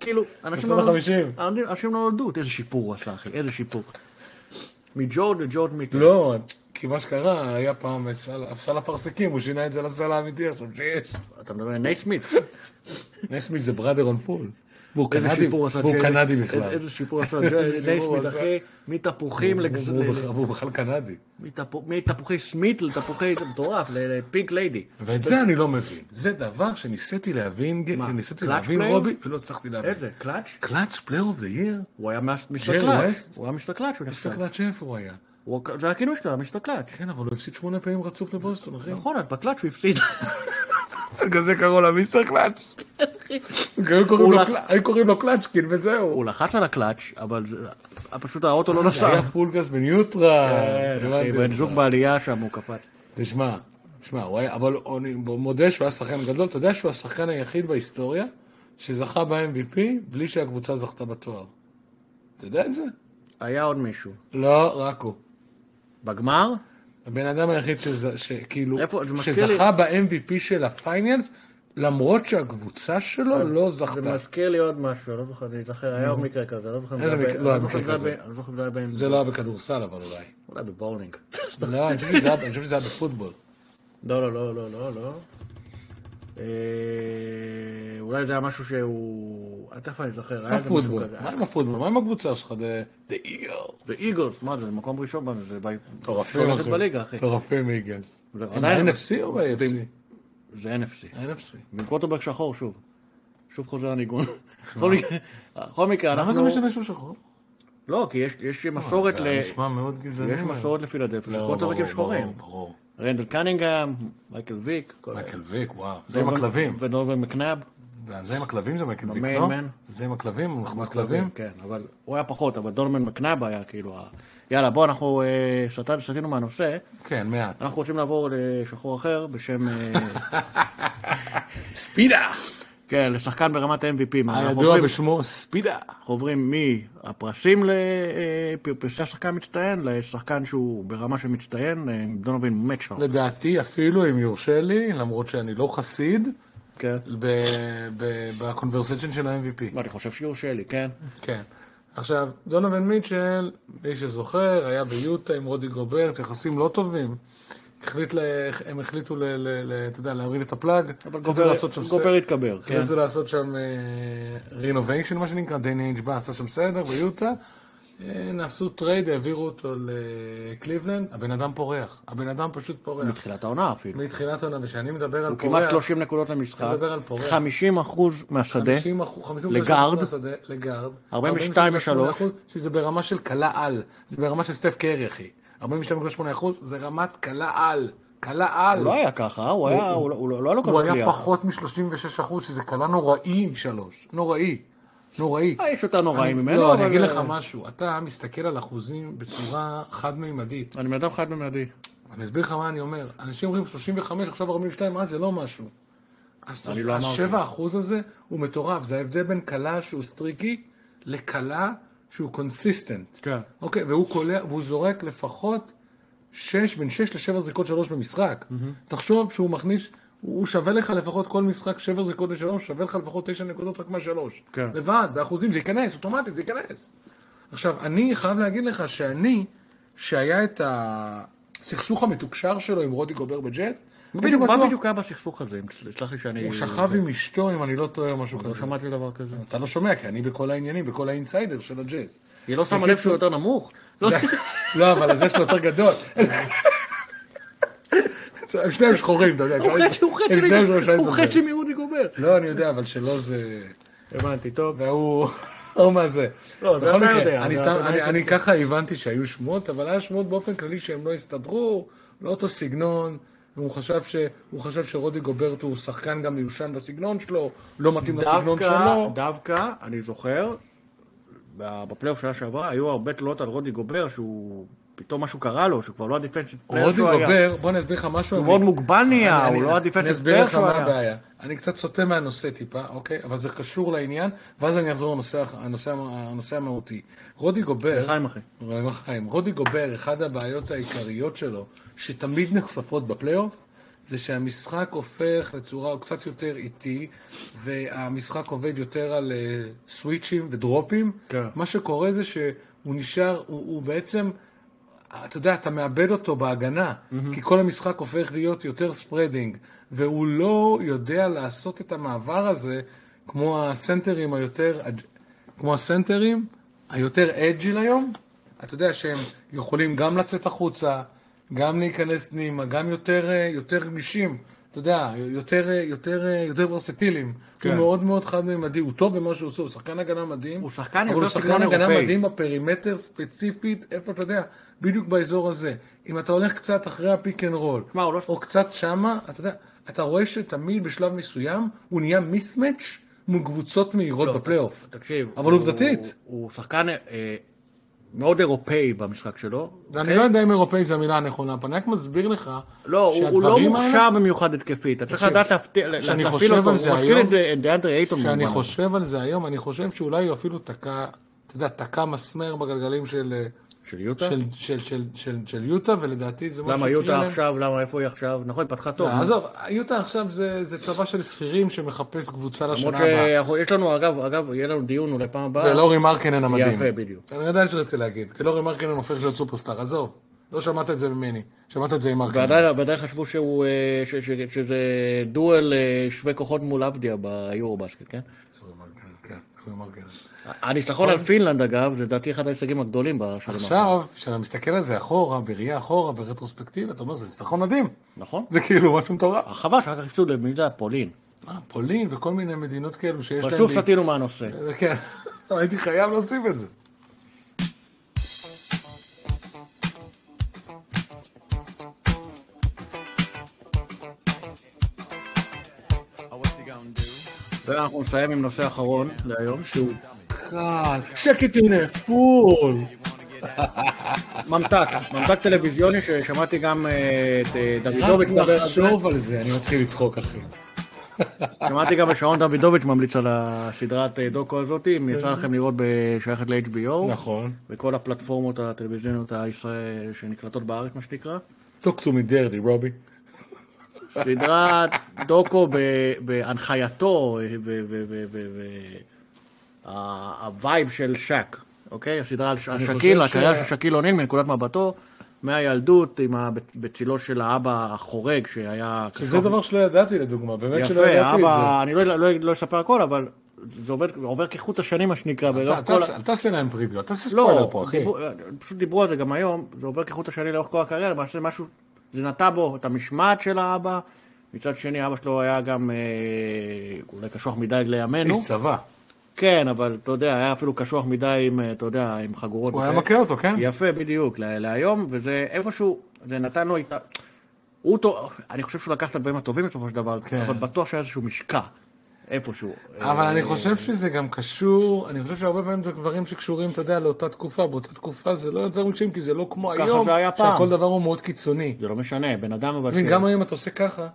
S3: כאילו, אנשים לא
S4: בשנות
S3: נולדו,
S4: החמישים.
S3: אנשים- אנשים לא נולדו, איזה שיפור הוא עשה, אחי, איזה שיפור. מג'ורג' לג'ורג' מיקן.
S4: לא, כי מה שקרה, היה פעם את סל- סל אפרסקים, הוא שינה את זה לסל האמיתי עכשיו שיש.
S3: אתה מדבר על נייט סמית.
S4: נסמית זה בראדר און פול. והוא
S3: איזה
S4: קנדי,
S3: שיפור עשה
S4: והוא
S3: ג'רי-
S4: קנדי
S3: איזה-
S4: בכלל.
S3: איזה שיפור עשה
S4: איזה
S3: ג'רי-
S4: שיפור
S3: נייט
S4: הוא
S3: סמית,
S4: עשה.
S3: אחי, מתפוחים
S4: והוא-
S3: לגז-
S4: והוא
S3: ל-
S4: בכלל- והוא בכלל קנדי.
S3: מתפו- מתפוחי סמית לתפוחי, זה מטורף, ל- לפינק ליידי.
S4: ואת זה אני לא מבין. זה דבר שניסיתי להבין,
S3: מה,
S4: ניסיתי
S3: קלאץ'
S4: להבין
S3: פלייר?
S4: רובי, ולא הצלחתי להבין.
S3: איזה, קלאץ'?
S4: קלאץ' פלייר אוף דה ייר?
S3: הוא היה
S4: ג'רי
S3: מסתכלץ',
S4: ווסט?
S3: הוא היה מסתכלץ', הוא
S4: איזה
S3: נחשב.
S4: קלאץ' איפה הוא היה?
S3: הוא- זה הכינוי שלו, היה מסתכלץ'.
S4: כן, אבל הוא הפסיד שמונה פעמים רצוף לבוסטון, אחי.
S3: נכון, את בקלאץ' הוא הפסיד.
S4: בגלל זה קראו לו מיסטר קלאץ'. היו
S3: הוא
S4: קוראים לו
S3: לח-
S4: קלאץ'- היו קוראים לו קלאצ'קין וזהו.
S3: הוא לחץ על הקלאץ', אבל זה- פשוט האוטו לא
S4: זה
S3: נסע.
S4: היה פול גז בניוטרל.
S3: כן, אחי,
S4: הבנתי
S3: בן
S4: אותך.
S3: זוג בעלייה שם, הוא קפץ.
S4: תשמע, תשמע, הוא היה, אבל אני מודה שהוא היה שחקן גדול, אתה יודע שהוא השחקן היחיד בהיסטוריה שזכה ב-MVP בלי שהקבוצה זכתה בתואר. אתה יודע את זה?
S3: היה עוד מישהו.
S4: לא, רק הוא.
S3: בגמר?
S4: הבן אדם היחיד שזה- שכאילו,
S3: איפה- זה מזכיר
S4: שזכה ב-MVP של הפיינלס, למרות שהקבוצה שלו לא
S3: זה
S4: זכתה.
S3: מזכיר לי עוד משהו, אני לא זוכר, אני זוכר, היה עוד מקרה כזה, אני לא זוכר אם זה
S4: איזה
S3: היה ב-
S4: מקרה? לא היה
S3: אני זוכר אם
S4: מקרה
S3: זה היה
S4: כזה.
S3: ב- אני זוכר אם זה היה ב...
S4: זה לא היה בכדורסל, אבל אולי.
S3: אולי בבורלינג.
S4: לא, אני חושב שזה היה- אני חושב שזה היה בפוטבול.
S3: לא, לא, לא, לא, לא, לא. אה, אולי זה היה משהו שהוא... אה, תכף אני זוכר. היה
S4: מה
S3: איזה משהו
S4: פוטבול?
S3: כזה.
S4: לא מה עם הפוטבול? מה עם הקבוצה שלך? The The Eagles.
S3: זה איגלס, מה זה, מקום ראשון, בנו, זה בית...
S4: מטורפים,
S3: שהולכת
S4: אחי.
S3: בליגה, אחי.
S4: מטורפים איגלס.
S3: לא,
S4: הם
S3: עדיין-
S4: ה-NFC או ב-AFC?
S3: זה NFC.
S4: ה-NFC.
S3: מקווטרבק שחור, שוב. שוב חוזר הניגון. בכל מקרה- בכל מקרה, אנחנו...
S4: למה זה משתמש בשחור?
S3: לא, כי יש- יש מסורת
S4: זה
S3: ל...
S4: נשמע מאוד גזעני. לא,
S3: יש מסורת לפילדלפיה, קווטרבקים שחורים.
S4: ברור.
S3: רנדל קנינגהם, מייקל ויק. כל אלה.
S4: לא. מייקל ויק, וואו. זה עם הכלבים.
S3: ונורבן מקנאב.
S4: זה עם הכלבים זה מייקל ויק,
S3: המיין
S4: לא?
S3: מן.
S4: זה עם הכלבים? אנחנו הכלבים?
S3: כן, אבל הוא היה פחות, אבל דונמן מקנאב היה כאילו ה... יאללה, בוא, אנחנו אה, שתל- שתינו מהנושא.
S4: כן, מעט.
S3: אנחנו רוצים לעבור לשחור אחר בשם... אה,
S4: ספידה!
S3: כן, לשחקן ברמת MVP. מה, אנחנו
S4: הידוע
S3: עוברים-
S4: בשמו ספידה.
S3: אנחנו עוברים מהפרסים לפרסי השחקן המצטיין לשחקן שהוא ברמה של מצטיין, אה, דונובין מצ'ו.
S4: לדעתי, אפילו אם יורשה לי, למרות שאני לא חסיד,
S3: כן.
S4: ב- ב- בקונברסיישן של ה-MVP.
S3: לא, אני חושב שיורשה לי, כן?
S4: כן. עכשיו, דונובין מיטשל, מי שזוכר, היה ביוטה עם רודי גוברט, יחסים לא טובים. החליט ל... הם החליטו, ל... ל... ל... אתה יודע, להוריד את הפלאג.
S3: אבל
S4: החליטו
S3: גובר-
S4: לעשות שם ס-
S3: גובר התקבר, כן.
S4: החליטו לעשות שם רינוביישן, מה שנקרא, דני אינג' בא, עשה שם סדר ביוטה. אה, נעשו טרייד, העבירו אותו לקליבלנד, הבן אדם פורח. הבן אדם פשוט פורח.
S3: מתחילת העונה אפילו.
S4: מתחילת העונה, וכשאני מדבר על
S3: הוא כמעט
S4: פורח,
S3: 30 נקודות
S4: אתה
S3: למשחק,
S4: מדבר על פורח.
S3: 50 אחוז מהשדה,
S4: 50 אחוז, 50
S3: לגארד.
S4: מהשדה, לגארד.
S3: 42
S4: 48 אחוז, שזה ברמה של קלה על. זה ברמה של סטף קרי, אחי. 42.8 אחוז, זה רמת קלה על. קלה על.
S3: הוא לא היה ככה, הוא היה, הוא לא- הוא לא- לא היה לו כל
S4: הוא
S3: כך
S4: היה
S3: קליעה.
S4: פחות מ-36 אחוז, שזה קלה נוראי משלוש. נוראי. נוראי.
S3: אה, יש יותר נוראים ממנו,
S4: לא, אני
S3: אבל- אה,
S4: אגיד לך משהו. אתה מסתכל על אחוזים בצורה חד-מימדית.
S3: אני בן אדם חד במיידי.
S4: אני אסביר לך מה אני אומר. אנשים אומרים 35, עכשיו 42, אז זה לא משהו.
S3: אני לא אמרתי.
S4: השבע אחוז הזה הוא מטורף, זה ההבדל בין קלה שהוא סטריקי לקלה שהוא קונסיסטנט.
S3: כן.
S4: אוקיי, והוא, קולע, והוא זורק לפחות שש, בין שש לשבע זריקות שלוש במשחק. תחשוב שהוא מכניס, הוא הוא שווה לך לפחות כל משחק שבע זריקות לשלוש, שווה לך לפחות תשע נקודות רק מהשלוש.
S3: כן.
S4: לבד, באחוזים, זה ייכנס, אוטומטית זה ייכנס. עכשיו, אני חייב להגיד לך שאני, שהיה את הסכסוך המתוקשר שלו עם רודי גובר בג'אז,
S3: בדיוק,
S4: הייתי
S3: מה
S4: בטוח-
S3: בדיוק היה בסכסוך הזה? אם תסלח לי שאני...
S4: הוא שכב עם אשתו, אם אני לא טועה, או משהו
S3: לא
S4: כזה.
S3: שמעתי דבר כזה.
S4: אתה לא שומע, כי אני בכל העניינים, בכל האינסיידר של הג'אז.
S3: היא לא שמה לב שהוא יותר נמוך? לא.
S4: לא, אבל הזה שלו יותר גדול. הם שניהם שחורים, אתה יודע.
S3: הוא
S4: אפשר-
S3: חצי- הוא חצי
S4: הם שניהם
S3: מ-
S4: שחורים,
S3: הוא
S4: אפשר
S3: חצי
S4: לדבר.
S3: מאודי גובר.
S4: לא, אני יודע, אבל שלא זה...
S3: הבנתי, טוב.
S4: והוא... או מה זה.
S3: לא, זה
S4: בכל
S3: אתה
S4: מקרה,
S3: יודע,
S4: אני
S3: זה
S4: סתם-
S3: אתה
S4: אני-
S3: יודע
S4: אני ככה הבנתי שהיו שמועות, אבל היה שמועות באופן כללי שהם לא הסתדרו, לא אותו סגנון. והוא חשב, ש... הוא חשב שרודי גוברט הוא שחקן גם מיושן בסגנון שלו, לא מתאים לסגנון
S3: דווקא,
S4: שלו.
S3: דווקא, אני זוכר, בפלייאוף שנה שעברה היו הרבה תלונות על רודי גובר שהוא... פתאום משהו קרה לו, שהוא כבר לא הדיפנסיב פלייר
S4: רודי
S3: שהוא היה.
S4: גובר, בוא אני אסביר לך משהו.
S3: הוא מאוד
S4: אני-
S3: מוגבל נהיה,
S4: אני-
S3: הוא לא
S4: אני-
S3: ה-defensive
S4: אני אסביר
S3: player
S4: לך
S3: שהוא
S4: מה
S3: היה.
S4: הבעיה. אני קצת סוטה מהנושא טיפה, אוקיי? אבל זה קשור לעניין, ואז אני אחזור לנושא הח- הנושא המ- הנושא המהותי. רודי גובר...
S3: לחיים, אחי.
S4: רעיון לחיים. רודי גובר, אחת הבעיות העיקריות שלו, שתמיד נחשפות בפלייאוף, זה שהמשחק הופך לצורה קצת יותר איטי, והמשחק עובד יותר על אה, סוויצ'ים ודרופים.
S3: כן.
S4: מה שקורה זה שהוא נשאר, הוא, הוא בעצם... אתה יודע, אתה מאבד אותו בהגנה, mm-hmm. כי כל המשחק הופך להיות יותר ספרדינג, והוא לא יודע לעשות את המעבר הזה כמו הסנטרים היותר, כמו הסנטרים היותר אג'יל היום. אתה יודע שהם יכולים גם לצאת החוצה, גם להיכנס פנימה, גם יותר, אה, יותר גמישים, אתה יודע, יותר, אה, יותר, אה, יותר ורסטיליים. כן.
S3: כן.
S4: הוא מאוד מאוד חד-ממדי, הוא טוב במה שהוא עושה, הוא שחקן הגנה מדהים.
S3: הוא שחקן
S4: אבל
S3: יותר
S4: הוא שחקן
S3: סגנון
S4: הגנה
S3: אירופאי.
S4: מדהים בפרימטר ספציפית, איפה אתה יודע, בדיוק באזור הזה. אם אתה הולך קצת אחרי הפיק אנד רול,
S3: מה, הוא לא-
S4: או קצת שמה, אתה יודע, אתה רואה שתמיד בשלב מסוים הוא נהיה מיסמץ' מול קבוצות מהירות בפלייאוף.
S3: לא, תקשיב.
S4: אבל
S3: הוא-
S4: עובדתית.
S3: הוא שחקן אה, מאוד אירופאי במשחק שלו.
S4: ואני
S3: אוקיי?
S4: לא יודע אם אירופאי זה המילה הנכונה, אבל אני רק מסביר לך
S3: לא, הוא- הוא לא
S4: שהדברים
S3: מוכשר
S4: האלה-
S3: במיוחד התקפית. אתה צריך
S4: תקשיב,
S3: לדעת להפתיע, לה-
S4: כשאני
S3: להפעיל
S4: חושב
S3: אותו.
S4: על
S3: הוא
S4: זה
S3: מזכיר
S4: היום-
S3: את אה, דיאנדרי אייטון.
S4: כשאני
S3: במובן.
S4: חושב על זה היום, אני חושב שאולי הוא אפילו תקע, אתה יודע, תקע מסמר בגלגלים של, אה,
S3: של יוטה?
S4: של, של, של, של, של יוטה, ולדעתי זה
S3: למה
S4: שהפריע
S3: יוטה
S4: להם.
S3: עכשיו? למה איפה היא עכשיו? נכון, היא פתחה טוב.
S4: לא, עזוב, יוטה עכשיו זה, זה צבא של שכירים שמחפש קבוצה
S3: למרות
S4: לשנה הבאה.
S3: שיש לנו, אגב, אגב, יהיה לנו דיון אולי פעם הבאה.
S4: ולאורי מרקנן המדהים.
S3: יפה, בדיוק.
S4: אני עדיין שרציתי להגיד, כי לאורי מרקנן הופך להיות סופרסטאר, עזוב. לא שמעת את זה ממני, שמעת את זה עם מרקנן.
S3: ועדיין ועדיין חשבו שהוא, אה, ש- ש- שזה דואל אה, שווה כוחות מול עבדיה ביורו בסקט, כן?
S4: אורי מרקנן, כן, אורי מרקנן.
S3: הניצחון על פינלנד, אגב, זה לדעתי אחד ההישגים הגדולים בשנים האחרונות.
S4: נכון. עכשיו, כשאתה מסתכל על זה אחורה, בראייה אחורה, ברטרוספקטיבה, אתה אומר, זה ניצחון מדהים.
S3: נכון?
S4: זה כאילו משהו מטורף.
S3: חבל שאחר כך הפסידו למי זה הפולין.
S4: אה, פולין וכל מיני מדינות כאלו שיש להם...
S3: פשוט
S4: לי-
S3: סטינו מהנושא.
S4: זה כן, הייתי חייב להוסיף את זה.
S3: ואנחנו נסיים עם נושא אחרון להיום, שהוא
S4: כאן,
S3: אה,
S4: שקט הנה, פול.
S3: ממתק, ממתק טלוויזיוני ששמעתי גם אה, את אה, דוידוביץ' מדבר על זה.
S4: לחשוב על זה, אני מתחיל לצחוק, אחי.
S3: שמעתי גם את שרון דוידוביץ' ממליץ על הסדרת אה, דוקו הזאת, אם יצא לכם לראות ב- שייכת ל-HBO.
S4: נכון.
S3: בכל הפלטפורמות הטלוויזיוניות הישראל שנקלטות בארץ, מה שנקרא.
S4: talk to me dirty, רובי.
S3: נכון. סדרת דוקו ב- בהנחייתו, אה, והווייב של שק, אוקיי? הסדרה על ש- על שקיל,
S4: חושב
S3: הקריירה של
S4: ש-
S3: שקיל אוניל מנקודת מבטו, מהילדות, עם ה- בצילו של האבא החורג שהיה...
S4: שזה דבר שלא ידעתי, לדוגמה, באמת שלא
S3: יפה,
S4: ידעתי את
S3: האבא,
S4: זה.
S3: אני לא- לא לא אספר הכל, אבל זה עובד- עובר כחוט השנים, מה שנקרא,
S4: אתה-
S3: ברוב
S4: אתה
S3: לא, כל...
S4: עושה- אל תעשה להם פריוויו, אל תעשה ספוילר פה,
S3: לא,
S4: אחי.
S3: דיברו- פשוט דיברו על זה גם היום, זה עובר כחוט השני לאורך כל הקריירה, אבל זה משהו, זה נטע בו את המשמעת של האבא, מצד שני אבא שלו היה גם אה, אולי קשוח מדי לימינו,
S4: איש צבא.
S3: כן, אבל אתה יודע, היה אפילו קשוח מדי עם, אה, אתה יודע, עם חגורות.
S4: הוא
S3: וזה.
S4: היה מכה אותו, כן?
S3: יפה, בדיוק, לה- להיום, וזה איפשהו, זה נתן לו את ה... הוא טוב, אני חושב שהוא לקח את הדברים הטובים בסופו של דבר,
S4: כן.
S3: אבל בטוח שהיה איזשהו משקע, איפשהו. אה,
S4: אבל אני חושב שזה גם קשור, אני חושב שהרבה פעמים זה דברים שקשורים, אתה יודע, לאותה תקופה, באותה תקופה זה לא יותר מקשים, כי זה לא כמו
S3: ככה
S4: היום,
S3: זה היה פעם.
S4: שהכל דבר הוא מאוד קיצוני.
S3: זה לא משנה, בן אדם אבל...
S4: אתה מבין,
S3: ש-
S4: גם היום אתה עושה ככה,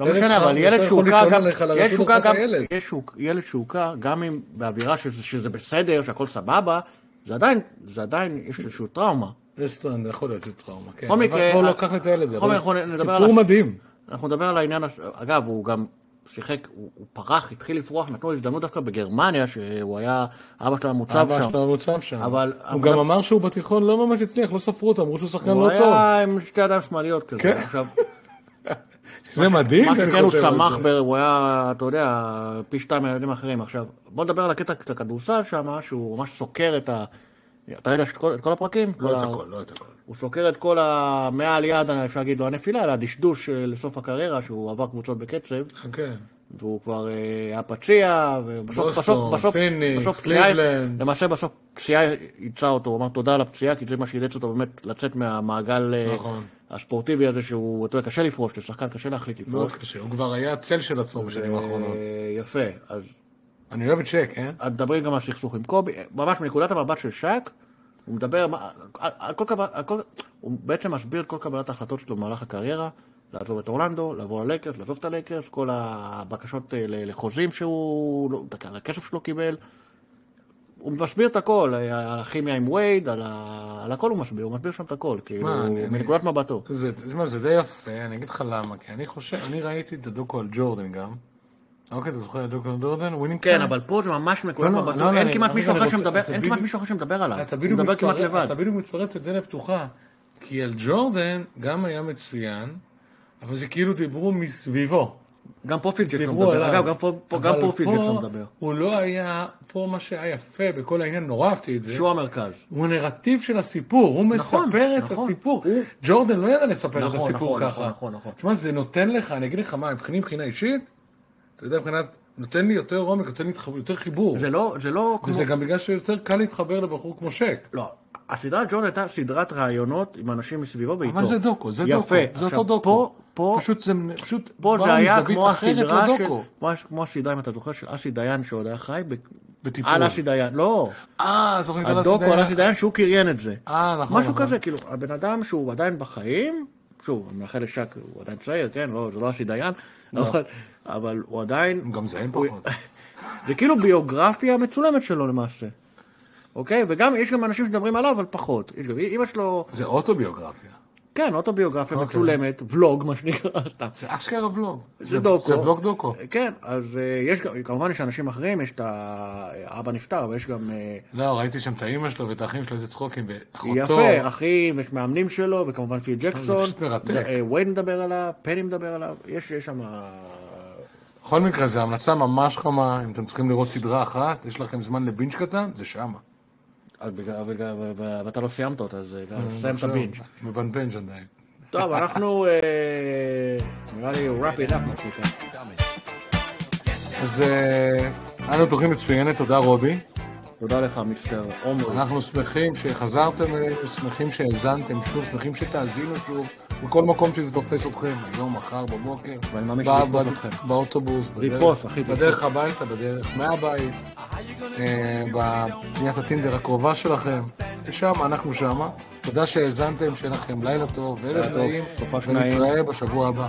S3: לא
S4: ילד
S3: משנה,
S4: שלך,
S3: אבל
S4: הוא
S3: ילד
S4: ישר
S3: שהוכה
S4: יכול
S3: גם,
S4: לטעון עליך על
S3: ילד
S4: הרשות
S3: שהוכה גם,
S4: לרווחת הילד.
S3: יש שהוכ- ילד שהוכה גם אם באווירה שזה, שזה בסדר, שהכל סבבה, זה עדיין, זה עדיין, יש איזשהו טראומה.
S4: זה סטרן, זה יכול להיות שזה טראומה, כן.
S3: בכל
S4: אבל
S3: מקרה,
S4: בוא לא
S3: אה,
S4: קח את הילד, זה
S3: בכל
S4: אבל
S3: מקרה, אנחנו נדבר על
S4: סיפור
S3: הש-
S4: מדהים.
S3: אנחנו נדבר על העניין, הש- אגב, הוא גם שיחק, הוא, הוא פרח, התחיל לפרוח, נתנו לו הזדמנות דווקא בגרמניה, שהוא היה, אבא שלו היה מוצב
S4: אבא
S3: שם.
S4: שלו מוצב שם.
S3: אבל-
S4: הוא
S3: אבל-
S4: גם אמר שהוא בתיכון לא ממש הצליח, לא ספרו אותו, אמרו שהוא שחקן
S3: הוא
S4: לא טוב.
S3: היה עם שתי ידיים שמאליות כזה.
S4: כן.
S3: עכשיו,
S4: זה מדהים,
S3: מה
S4: אני
S3: שכן הוא
S4: חושב על
S3: צמח,
S4: זה.
S3: ב- הוא היה, אתה יודע, פי שתיים מהילדים האחרים. עכשיו, בוא נדבר על הקטע של הכדורסל שם, שהוא ממש סוקר את ה... אתה יודע את כל- את כל הפרקים? כל
S4: לא את
S3: ה-
S4: הכל, לא את הכל.
S3: הוא סוקר את כל ה... מהעלייה עד, אפשר להגיד, לא הנפילה, אלא הדשדוש אה, לסוף הקריירה, שהוא עבר קבוצות בקצב,
S4: כן.
S3: והוא כבר אה, היה פציע, ובסוף,
S4: בוסטון,
S3: בסוף, בסוף,
S4: פיניקס,
S3: בסוף פציעה,
S4: קליבלנד.
S3: למעשה בסוף פציעה יצאה אותו, הוא אמר תודה על הפציעה, כי זה מה שאילץ אותו באמת לצאת מהמעגל אה,
S4: נכון.
S3: הספורטיבי הזה, שהוא, אתה יודע, קשה לפרוש, לשחקן קשה להחליט לפרוש.
S4: מאוד קשה, הוא כבר היה צל של עצמו בשנים האחרונות.
S3: אה, יפה, אז
S4: אני אוהב את שק, כן?
S3: את מדברים גם על סכסוך עם קובי, ממש מנקודת המבט של שק, הוא מדבר מה- על, על כל קבלת, על כל, הוא בעצם מסביר את כל קבלת ההחלטות שלו במהלך הקריירה, לעזוב את אורלנדו, לעבור ללייקרס, לעזוב את הלייקרס, כל הבקשות אה, ל- לחוזים שהוא, לא, על הכסף שלו קיבל, הוא מסביר את הכל, אה, על הכימיה עם וייד, על, ה, על הכל הוא מסביר, הוא מסביר שם את הכל, כאילו,
S4: אני- אני-
S3: מנקודת מבטו.
S4: זה, תשמע, זה די יפה, אני אגיד לך למה, כי אני חושב, אני ראיתי את הדוקו על ג'ורדן גם. אוקיי, אתה זוכר את הדוקו על ג'ורדן? ווינינג
S3: כן,
S4: טיים.
S3: אבל פה זה ממש מנקודת
S4: לא, לא,
S3: מבטו,
S4: לא, לא,
S3: אין
S4: אני-
S3: כמעט
S4: אני
S3: מישהו
S4: רגע
S3: אחר
S4: רוצה-
S3: שמדבר,
S4: זה
S3: אין כמעט
S4: בדיוק-
S3: מישהו אחר שמדבר עליו,
S4: אתה
S3: הוא
S4: בדיוק
S3: מדבר
S4: מתפרץ-
S3: כמעט לבד.
S4: אתה בדיוק מתפרץ את זה לפתוחה, כי על ג'ורדן גם היה מצוין, אבל זה כאילו דיברו מסביבו.
S3: גם פה פיל ג'קסון
S4: דיברו
S3: לא מדבר,
S4: עליו.
S3: אגב, גם פה- פה- גם
S4: אבל
S3: פה פיל ג'קסון מדבר.
S4: הוא לא היה, פה מה שהיה יפה בכל העניין, נורא אהבתי את זה.
S3: שהוא המרכז.
S4: הוא הנרטיב של הסיפור, הוא
S3: נכון,
S4: מספר את
S3: נכון.
S4: הסיפור.
S3: הוא-
S4: ג'ורדן לא ידע לספר את
S3: נכון,
S4: הסיפור
S3: נכון,
S4: ככה.
S3: נכון, נכון, נכון.
S4: תשמע, זה נותן לך, אני אגיד לך מה, מבחינה מבחינה אישית, אתה יודע, מבחינת, נותן לי יותר עומק, נותן לי התח- יותר חיבור.
S3: זה לא, זה לא כמו...
S4: וזה גם בגלל שיותר קל להתחבר לבחור כמו שק.
S3: לא, הסדרת ג'ון הייתה סדרת ראיונות עם אנשים מסביבו ואיתו.
S4: אבל זה דוקו, זה
S3: יפה.
S4: דוקו, זה
S3: עכשיו,
S4: אותו דוקו.
S3: פה, פה,
S4: פשוט זה פשוט
S3: פה
S4: בא
S3: זה היה
S4: מזווית
S3: כמו
S4: אחרת
S3: הסדרה של...
S4: לדוקו.
S3: כמו הש- כמו הסדרה, אם אתה זוכר, של אסי דיין שעוד היה חי. ב-
S4: בטיפול.
S3: על אסי דיין, לא.
S4: אה, זוכרים את הלאסי
S3: הדוקו על
S4: דיין?
S3: אסי דיין שהוא קריין את זה.
S4: אה, נכון,
S3: משהו
S4: נכון.
S3: כזה, כאילו, הבן אדם שהוא עדיין בחיים, שוב, אני מאחל לשק, הוא עדיין צעיר, כן? לא, זה לא אסי דיין, אבל- אבל הוא עדיין...
S4: גם זה אין פחות.
S3: זה כאילו ביוגרפיה מצולמת שלו למעשה. אוקיי? וגם יש גם אנשים שמדברים עליו, אבל פחות. יש גם, אימא שלו,
S4: זה אוטוביוגרפיה.
S3: כן, אוטוביוגרפיה מצולמת, ולוג, מה שנקרא, סתם.
S4: זה אשכרה ולוג.
S3: זה דוקו.
S4: זה ולוג דוקו.
S3: כן, אז אה, יש גם, כמובן יש אנשים אחרים, יש את ה... אבא נפטר, ויש גם... אה,
S4: לא, ראיתי שם את האימא שלו ואת האחים שלו, איזה צחוקים, ואחותו.
S3: יפה, אחים, יש מאמנים שלו, וכמובן פיל ג'קסון.
S4: פשוט מרתק.
S3: אה, וייד מדבר עליו, פני מדבר עליו, יש יש שם... אה,
S4: בכל מקרה, זו המלצה ממש חמה, אם אתם צריכים לראות סדרה אחת, יש לכם זמן לבינג' קטן, זה שמה.
S3: אבל בגלל- אה, אבל בגלל- אבל- ואתה לא סיימת אותה, אז אה, סיים את הבינג'.
S4: אני מבנבנג' עדיין.
S3: טוב, אנחנו... אה, נראה לי wrap it up, מה שנקרא.
S4: אז אה, אנו תוכנית מצוינת, תודה רובי.
S3: תודה לך, מיסטר עומרי.
S4: אנחנו שמחים שחזרתם, אלינו, שמחים שהאזנתם שוב, שמחים שתאזינו שוב, בכל מקום שזה תופס אתכם, היום, מחר, בבוקר,
S3: ואני מאמין
S4: בא-
S3: שנתפוס
S4: בא-
S3: אתכם.
S4: באוטובוס, בדרך-
S3: ריפוס, אחי,
S4: בדרך הביתה, בדרך מהבית, אה, בפניית הטינדר הקרובה שלכם, שם, אנחנו שמה. תודה שהאזנתם, שיהיה לכם לילה טוב, וערב
S3: לילה טוב,
S4: נעים,
S3: סופש נעים.
S4: ונתראה בשבוע הבא.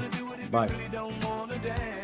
S3: ביי.
S1: don't wanna dance.